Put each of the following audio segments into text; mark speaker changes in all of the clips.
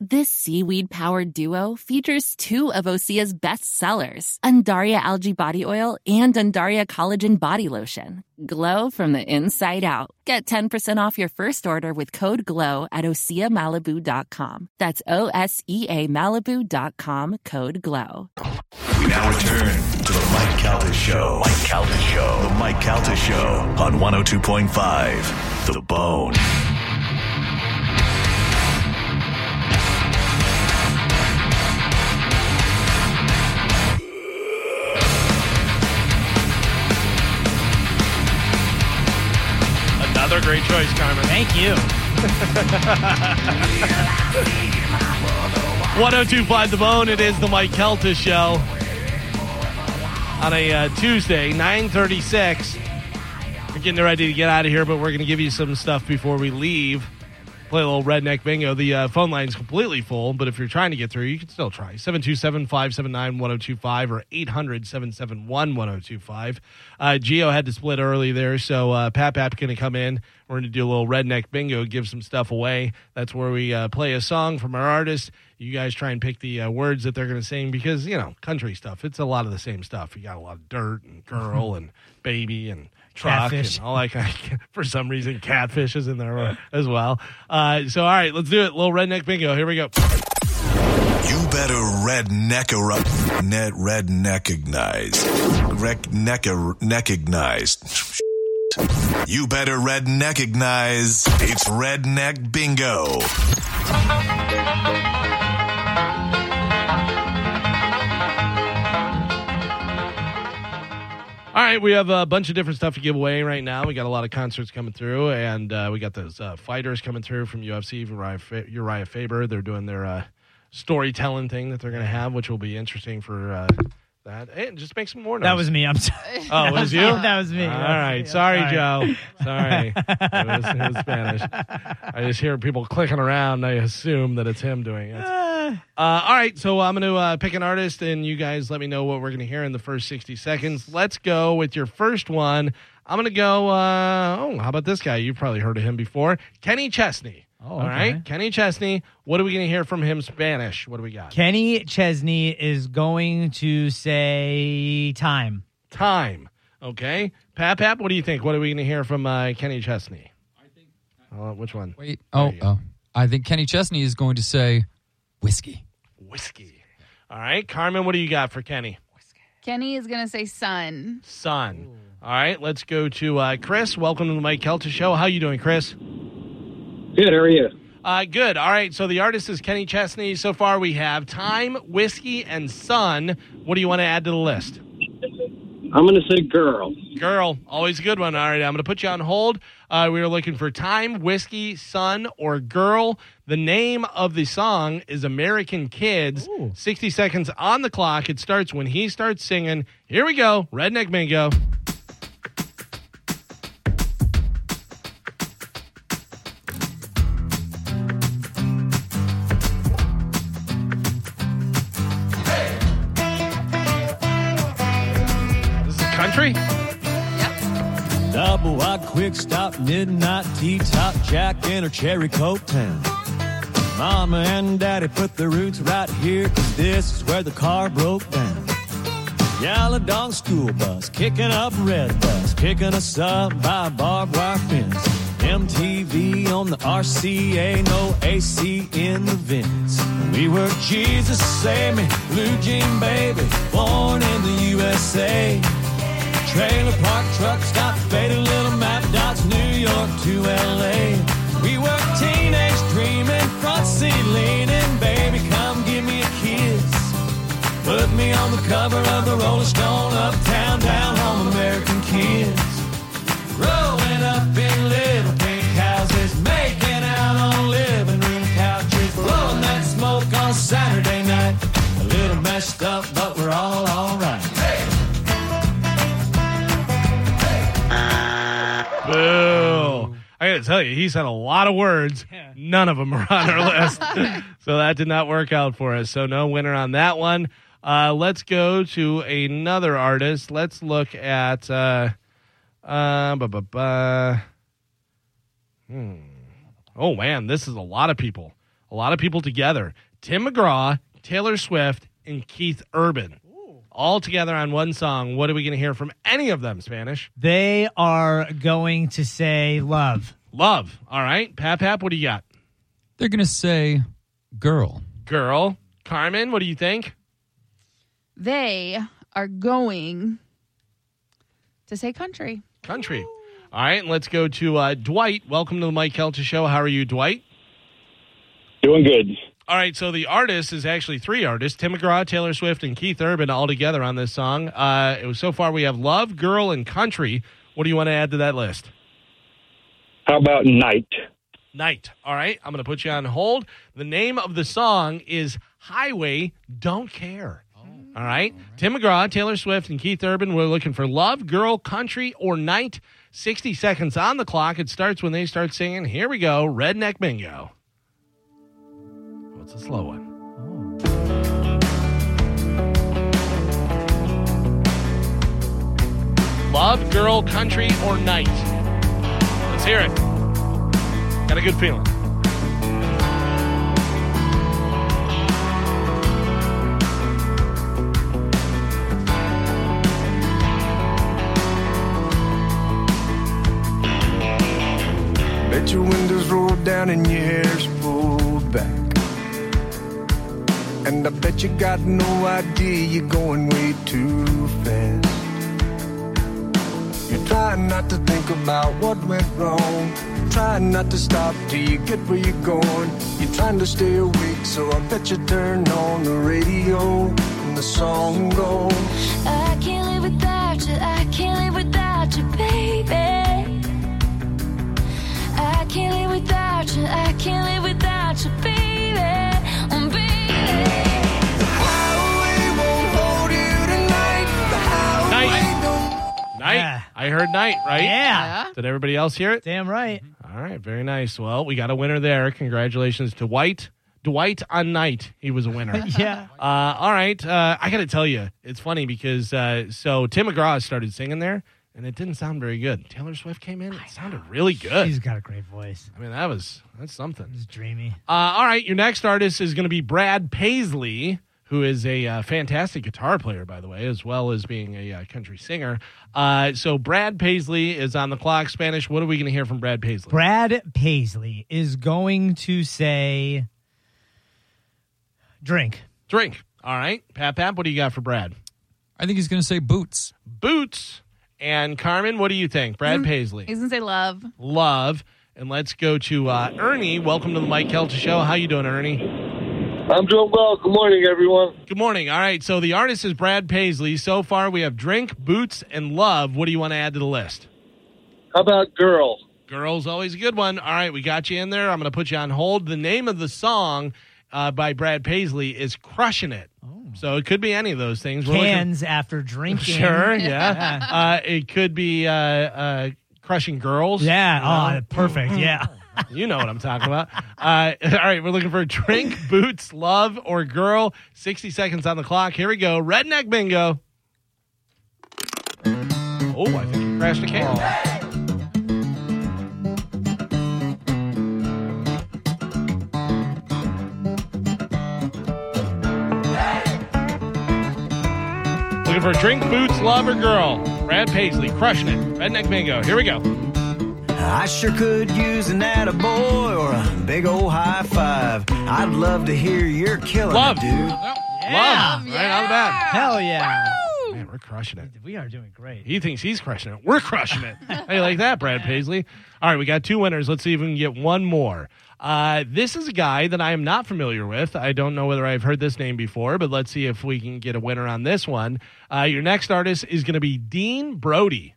Speaker 1: This seaweed powered duo features two of Osea's best sellers, Undaria Algae Body Oil and Undaria Collagen Body Lotion. Glow from the inside out. Get 10% off your first order with code GLOW at OseaMalibu.com. That's O S E A Malibu.com code GLOW.
Speaker 2: We now return to the Mike Calta Show. Mike Calta Show. The Mike Calta Show on 102.5 The Bone.
Speaker 3: Another great choice, Carmen.
Speaker 4: Thank you.
Speaker 3: 1025 The Bone. It is the Mike Kelta Show on a uh, Tuesday, 936. We're getting ready to get out of here, but we're going to give you some stuff before we leave. Play a little redneck bingo. The uh, phone line's completely full, but if you're trying to get through, you can still try. 727 579 1025 or 800 771 1025. Geo Uh, had to split early there, so uh, Pap Pap's going to come in. We're going to do a little redneck bingo, give some stuff away. That's where we uh, play a song from our artist. You guys try and pick the uh, words that they're going to sing because, you know, country stuff, it's a lot of the same stuff. You got a lot of dirt and girl and baby and truck
Speaker 4: Catfish.
Speaker 3: and all that kind of, for some reason, catfish is in there as well. Uh, so, all right, let's do it. Little redneck bingo. Here we go.
Speaker 2: You better redneck a net redneckignize. Redneck neckignize. You better redneckignize. It's redneck bingo.
Speaker 3: All right, we have a bunch of different stuff to give away right now. We got a lot of concerts coming through, and uh, we got those uh, fighters coming through from UFC, Uriah, Fa- Uriah Faber. They're doing their uh, storytelling thing that they're going to have, which will be interesting for uh, that. Hey, just make some more noise.
Speaker 4: That was me. I'm sorry.
Speaker 3: oh, it was you?
Speaker 4: that was me.
Speaker 3: All right, sorry, Joe. Sorry, it, was, it was Spanish. I just hear people clicking around. I assume that it's him doing it. Uh, all right, so I'm going to uh, pick an artist, and you guys let me know what we're going to hear in the first 60 seconds. Let's go with your first one. I'm going to go. Uh, oh, how about this guy? You've probably heard of him before, Kenny Chesney.
Speaker 4: Oh,
Speaker 3: All
Speaker 4: okay.
Speaker 3: right, Kenny Chesney. What are we going to hear from him? Spanish. What do we got?
Speaker 4: Kenny Chesney is going to say time.
Speaker 3: Time. Okay, Pap Pap. What do you think? What are we going to hear from uh, Kenny Chesney? Uh, which one?
Speaker 5: Wait. Oh,
Speaker 3: you go.
Speaker 5: oh. I think Kenny Chesney is going to say whiskey.
Speaker 3: Whiskey. All right, Carmen. What do you got for Kenny?
Speaker 6: Kenny is gonna say sun.
Speaker 3: Son. All right, let's go to uh, Chris. Welcome to the Mike Kelta Show. How you doing, Chris?
Speaker 7: Good. How are you?
Speaker 3: Uh, good. All right. So the artist is Kenny Chesney. So far, we have Time, Whiskey, and Sun. What do you want to add to the list?
Speaker 7: I'm going to say girl.
Speaker 3: Girl, always a good one. All right. I'm going to put you on hold. Uh, we are looking for Time, Whiskey, Sun, or Girl. The name of the song is American Kids. 60 seconds on the clock. It starts when he starts singing. Here we go. Redneck Bingo. This is country.
Speaker 8: Double wide quick stop, midnight tea top, Jack in her cherry coke town. Mama and daddy put the roots right here, cause this is where the car broke down. Yellow dog school bus, kicking up red bus, picking us up by barbed wire fence. MTV on the RCA, no AC in the vents. We were Jesus, save me, blue jean baby, born in the USA. Trailer park, truck stop, faded little map dots, New York to LA. We were teenage dreaming, front seat leaning, baby, come give me a kiss. Put me on the cover of the Rolling Stone, uptown, down home, American kids. Rolling up in little pink houses, making out on living room couches, blowing that smoke on Saturday night. A little messed up, but we're all alright.
Speaker 3: Boo. I gotta tell you, he said a lot of words.
Speaker 4: Yeah.
Speaker 3: None of them are on our list. so that did not work out for us. So no winner on that one. Uh, Uh, let's go to another artist. Let's look at. Uh, uh, ba ba ba. Hmm. Oh man, this is a lot of people. A lot of people together. Tim McGraw, Taylor Swift, and Keith Urban. All together on one song. What are we going to hear from any of them, Spanish?
Speaker 4: They are going to say love.
Speaker 3: Love. All right. Pap Pap, what do you got?
Speaker 5: They're going to say girl.
Speaker 3: Girl. Carmen, what do you think?
Speaker 6: They are going to say country.
Speaker 3: Country. All right, and let's go to uh, Dwight. Welcome to the Mike Kelta Show. How are you, Dwight?
Speaker 7: Doing good.
Speaker 3: All right, so the artist is actually three artists Tim McGraw, Taylor Swift, and Keith Urban all together on this song. Uh, it was, so far, we have Love, Girl, and Country. What do you want to add to that list?
Speaker 7: How about night?
Speaker 3: Night. All right, I'm going to put you on hold. The name of the song is Highway Don't Care. Oh. All right. Tim McGraw, Taylor Swift, and Keith Urban. We're looking for love, girl, country, or night. 60 seconds on the clock. It starts when they start singing. Here we go. Redneck Bingo. What's a slow one? Oh. Love, girl, country, or night. Let's hear it. Got a good feeling.
Speaker 9: Bet your windows roll down and your hair's pulled back. And I bet you got no idea you're going way too fast. You're trying not to think about what went wrong. Trying not to stop till you get where you're going. You're trying to stay awake, so I bet you turn on the radio and the song goes.
Speaker 10: I can't live without you. I can't live without you, baby. I can't live without you. I can't live without you, baby. Oh, baby.
Speaker 9: Highway won't hold you tonight. The highway
Speaker 3: Night.
Speaker 9: don't
Speaker 3: Night.
Speaker 4: Yeah.
Speaker 3: I heard night, right?
Speaker 4: Yeah.
Speaker 3: Did everybody else hear it?
Speaker 4: Damn right.
Speaker 3: All right, very nice. Well, we got a winner there. Congratulations to Dwight. Dwight on night, he was a winner.
Speaker 4: Yeah.
Speaker 3: uh, all right, uh, I got to tell you, it's funny because uh, so Tim McGraw started singing there, and it didn't sound very good. Taylor Swift came in; it sounded really good.
Speaker 4: She's got a great voice.
Speaker 3: I mean, that was that's something.
Speaker 4: It's dreamy.
Speaker 3: Uh, all right, your next artist is going to be Brad Paisley, who is a uh, fantastic guitar player, by the way, as well as being a uh, country singer. Uh, so Brad Paisley is on the clock. Spanish. What are we going to hear from Brad Paisley?
Speaker 4: Brad Paisley is going to say drink.
Speaker 3: Drink. All right. Pap Pap, what do you got for Brad?
Speaker 5: I think he's going to say boots.
Speaker 3: Boots. And Carmen, what do you think? Brad Paisley.
Speaker 6: He's going to say love.
Speaker 3: Love. And let's go to uh, Ernie. Welcome to the Mike Kelta Show. How you doing, Ernie?
Speaker 7: I'm doing well. Good morning, everyone.
Speaker 3: Good morning. All right. So the artist is Brad Paisley. So far, we have drink, boots, and love. What do you want to add to the list?
Speaker 7: How about girl?
Speaker 3: Girl's always a good one. All right, we got you in there. I'm going to put you on hold. The name of the song uh, by Brad Paisley is "Crushing It,"
Speaker 4: Oh.
Speaker 3: so it could be any of those things. We're looking-
Speaker 4: Cans after drinking.
Speaker 3: Sure, yeah. uh, it could be uh, uh, crushing girls. Um,
Speaker 4: Yeah. Oh, perfect.
Speaker 3: mm-hmm.
Speaker 4: Yeah.
Speaker 3: you know what I'm talking about. Uh, all right, we're looking for drink, boots, love, or girl. 60 seconds on the clock. Here we go. Redneck bingo. Oh, I think you crashed a can. Looking for drink, boots, love, or girl. Brad Paisley crushing it. Redneck bingo. Here we go.
Speaker 9: I sure could use an attaboy or a big old high five. I'd love to hear you're killing
Speaker 3: Love.
Speaker 9: it, dude.
Speaker 3: Love. Right out of the bat.
Speaker 4: Hell yeah.
Speaker 3: Man, we're crushing it.
Speaker 4: We are doing great.
Speaker 3: He thinks he's crushing it. We're crushing it. How you like that, Brad Paisley? All right, we got two winners. Let's see if we can get one more. Uh, this is a guy that I am not familiar with. I don't know whether I've heard this name before, but let's see if we can get a winner on this one. Uh, your next artist is going to be Dean Brody.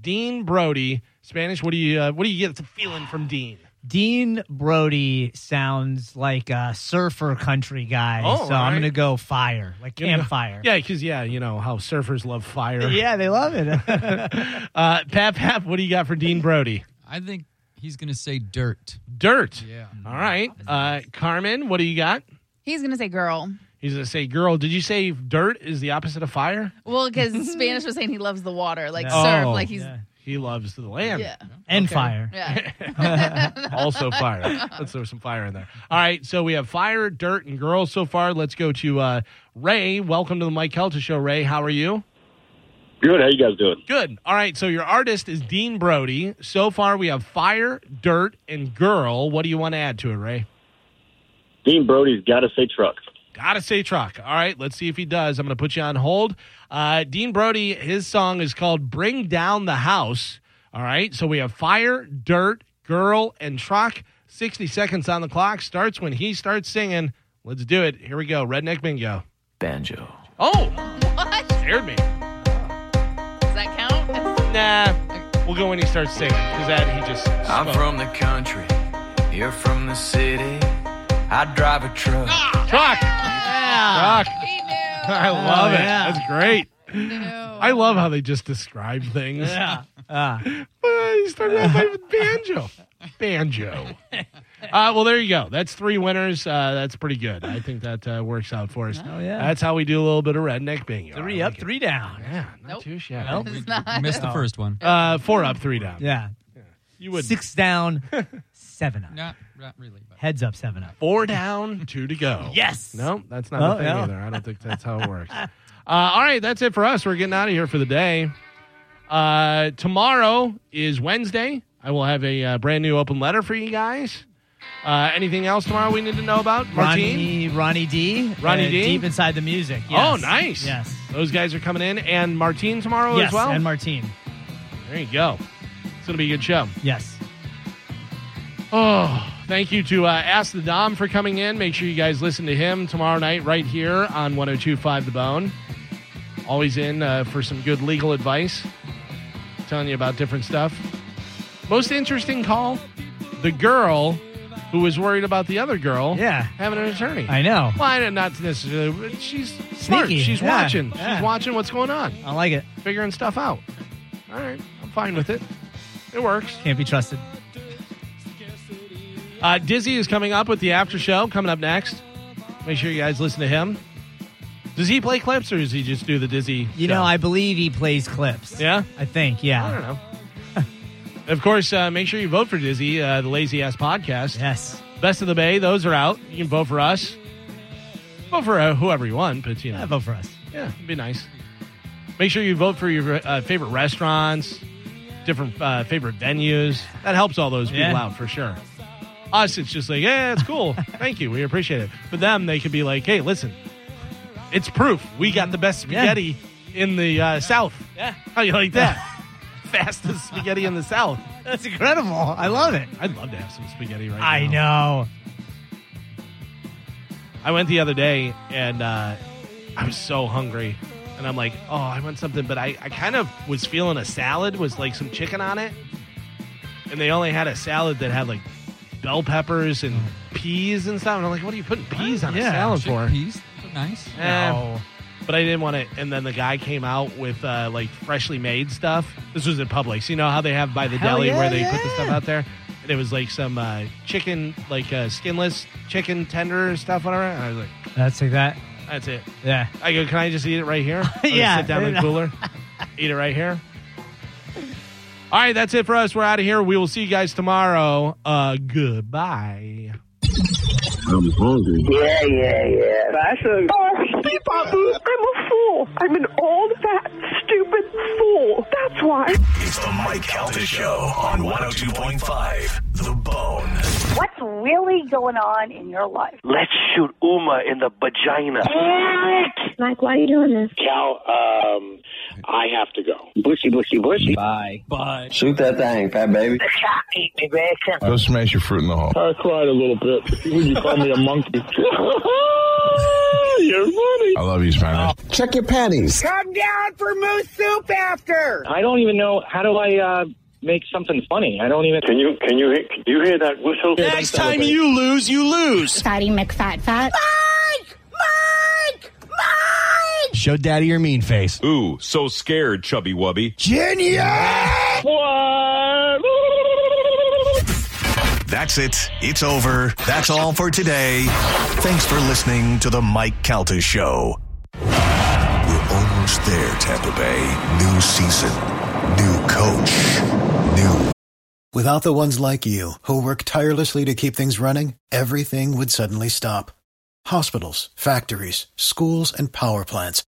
Speaker 3: Dean Brody, Spanish. What do you uh, What do you get the feeling from Dean?
Speaker 4: Dean Brody sounds like a surfer country guy,
Speaker 3: Oh,
Speaker 4: so
Speaker 3: alright.
Speaker 4: I'm gonna go fire, like
Speaker 3: Gonna go-
Speaker 4: campfire.
Speaker 3: Yeah, because yeah, you know how surfers love fire.
Speaker 4: yeah, they love it.
Speaker 3: Uh, Pap Pap, what do you got for Dean Brody?
Speaker 5: I think he's going to say dirt.
Speaker 3: Dirt.
Speaker 5: Yeah.
Speaker 3: All right. Uh, Carmen, what do you got?
Speaker 6: He's going to say girl.
Speaker 3: He's gonna say, "Girl, did you say dirt is the opposite of fire?"
Speaker 6: Well, because Spanish was saying he loves the water, like
Speaker 3: Yeah.
Speaker 6: surf,
Speaker 3: Oh,
Speaker 6: like he's
Speaker 3: yeah. He loves the land.
Speaker 6: yeah,
Speaker 4: and fire.
Speaker 6: yeah.
Speaker 3: also fire. Let's throw some fire in there. All right, so we have fire, dirt, and girls so far. Let's go to uh, Ray. Welcome to the Mike Kelta Show, Ray. How are you?
Speaker 7: Good. How you guys doing?
Speaker 3: Good. All right, so your artist is Dean Brody. So far, we have fire, dirt, and girl. What do you want to add to it, Ray?
Speaker 7: Dean Brody's got to say truck.
Speaker 3: Gotta say truck. All right, let's see if he does. I'm gonna put you on hold. Uh, Dean Brody, his song is called "Bring Down the House." All right, so we have fire, dirt, girl, and truck. 60 seconds on the clock starts when he starts singing. Let's do it. Here we go. Redneck bingo.
Speaker 2: Banjo.
Speaker 3: Oh,
Speaker 6: What? Does
Speaker 3: scared me.
Speaker 6: that count?
Speaker 3: Nah, we'll go when he starts singing because that he just.
Speaker 11: I'm
Speaker 3: spoke.
Speaker 11: from the country, you're from the city. I drive a truck.
Speaker 3: truck. Truck.
Speaker 6: He knew.
Speaker 3: I love
Speaker 4: yeah.
Speaker 3: it. That's great.
Speaker 6: He knew.
Speaker 3: I love how they just describe things.
Speaker 4: Yeah. Ah.
Speaker 3: Uh, he started off by with banjo. Banjo. Uh, well, there you go. That's three winners. Uh, that's pretty good. I think that uh, works out for us.
Speaker 4: Oh, yeah.
Speaker 3: That's how we do a little bit of redneck bingo.
Speaker 4: three
Speaker 3: I
Speaker 4: up,
Speaker 3: like it.
Speaker 4: three down.
Speaker 3: Yeah, not
Speaker 6: Nope.
Speaker 3: too shabby.
Speaker 4: Nope.
Speaker 6: It's not.
Speaker 5: Missed the first one.
Speaker 3: Uh, four up, three down.
Speaker 4: Yeah.
Speaker 3: You would
Speaker 4: Six down, seven up.
Speaker 5: Not, not really. But.
Speaker 4: Heads up, seven up.
Speaker 3: four down, two to go.
Speaker 4: Yes.
Speaker 3: No, that's not
Speaker 4: Oh,
Speaker 3: a thing
Speaker 4: yeah.
Speaker 3: either. I don't think that's how it works. Uh, all right, that's it for us. We're getting out of here for the day. Uh, tomorrow is Wednesday. I will have a uh, brand new open letter for you guys. Uh, anything else tomorrow we need to know about? Martine?
Speaker 4: Ronnie, Ronnie D. Uh,
Speaker 3: Ronnie D?
Speaker 4: Deep inside the music.
Speaker 3: Oh,
Speaker 4: Yes.
Speaker 3: nice.
Speaker 4: Yes.
Speaker 3: Those guys are coming in. And Martine tomorrow
Speaker 4: yes.
Speaker 3: as well?
Speaker 4: And Martine.
Speaker 3: there you go. It's going to be a good show.
Speaker 4: Yes.
Speaker 3: Oh, thank you to uh, Ask the Dom for coming in. Make sure you guys listen to him tomorrow night right here on 1025 The Bone. Always in uh, for some good legal advice, telling you about different stuff. Most interesting call the girl who was worried about the other girl
Speaker 4: Yeah.
Speaker 3: having an attorney.
Speaker 4: I know.
Speaker 3: Well, I- not necessarily, but she's smart.
Speaker 4: Sneaky.
Speaker 3: She's
Speaker 4: Yeah.
Speaker 3: watching.
Speaker 4: Yeah.
Speaker 3: She's watching what's going on,
Speaker 4: I like it.
Speaker 3: figuring stuff out. All right, I'm fine with it. It works.
Speaker 4: Can't be trusted.
Speaker 3: Uh, Dizzy is coming up with the after show coming up next. Make sure you guys listen to him. Does he play clips or does he just do the Dizzy?
Speaker 4: You
Speaker 3: show?
Speaker 4: know, I believe he plays clips.
Speaker 3: Yeah?
Speaker 4: I think.
Speaker 3: I don't
Speaker 4: Yeah.
Speaker 3: know. of course, uh, make sure you vote for Dizzy, uh, the Lazy Ass Podcast.
Speaker 4: Yes.
Speaker 3: Best of the Bay, those are out. You can vote for us. Vote for uh, whoever you want, but you know,
Speaker 4: Yeah, vote for us.
Speaker 3: yeah, it'd be nice. Make sure you vote for your uh, favorite restaurants, different uh, favorite venues. That helps all those people
Speaker 4: Yeah.
Speaker 3: out for sure. Us, it's just like, yeah, it's cool. Thank you. We appreciate it. But them, they could be like, hey, listen, it's proof. We got the best
Speaker 4: Yeah.
Speaker 3: spaghetti in the uh, South. Yeah. How you like that? Fastest spaghetti in the South.
Speaker 4: That's incredible. I love it.
Speaker 3: I'd love to have some spaghetti right now.
Speaker 4: I know.
Speaker 3: I went the other day and uh, I was so hungry. And I'm like, oh, I want something. But I, I kind of was feeling a salad with like some chicken on it. And they only had a salad that had like bell peppers and peas and stuff. And I'm like, what are you putting peas on
Speaker 4: Yeah,
Speaker 3: a salad for?
Speaker 5: Chickpeas, they're nice.
Speaker 3: Eh,
Speaker 4: No.
Speaker 3: But I didn't want it. And then the guy came out with uh, like freshly made stuff. This was at Publix. You know how they have by the
Speaker 4: Hell
Speaker 3: deli
Speaker 4: yeah,
Speaker 3: where they put the
Speaker 4: yeah.
Speaker 3: stuff out there? And it was like some uh, chicken, like uh, skinless chicken tender stuff, whatever. And I was like,
Speaker 4: That's like that.
Speaker 3: that's it.
Speaker 4: Yeah.
Speaker 3: I go, can I just eat it right here? I'll just
Speaker 4: Yeah.
Speaker 3: Sit down in the cooler, eat it right here. All right, that's it for us. We're out of here. We will see you guys tomorrow. Uh, goodbye.
Speaker 7: I'm hungry.
Speaker 12: Yeah, yeah, yeah. Fashion. Oh, see, Babu, I'm a fool. I'm an old, fat, stupid fool. That's why.
Speaker 2: It's the Mike Calta Show on 102.5 The Bone.
Speaker 12: What's really going on in your life?
Speaker 11: Let's shoot Uma in the vagina.
Speaker 12: Eric! Mike, why are you doing this?
Speaker 7: Cal, um, I have to go.
Speaker 11: Bushy, bushy, bushy.
Speaker 8: Bye. Bye.
Speaker 11: Shoot that thing, fat baby.
Speaker 2: Go smash your fruit in the hole.
Speaker 7: I cried a little bit. Would you call me a monkey? You're funny.
Speaker 2: I love you, Spanish.
Speaker 11: Check your panties.
Speaker 7: I don't even know how do I uh, make something funny. I don't even. Can you can you can you hear that whistle? Next time you.
Speaker 12: Fatty McFat Fat. Mike! Mike! Mike!
Speaker 8: Show daddy your mean face.
Speaker 2: Ooh, so scared, Chubby Wubby.
Speaker 8: Genius!
Speaker 7: What?
Speaker 2: That's it. It's over. That's all for today. Thanks for listening to the Mike Calta Show. We're almost there, Tampa Bay. New season, new coach, new.
Speaker 8: Without the ones like you, who work tirelessly to keep things running, everything would suddenly stop. Hospitals, factories, schools, and power plants,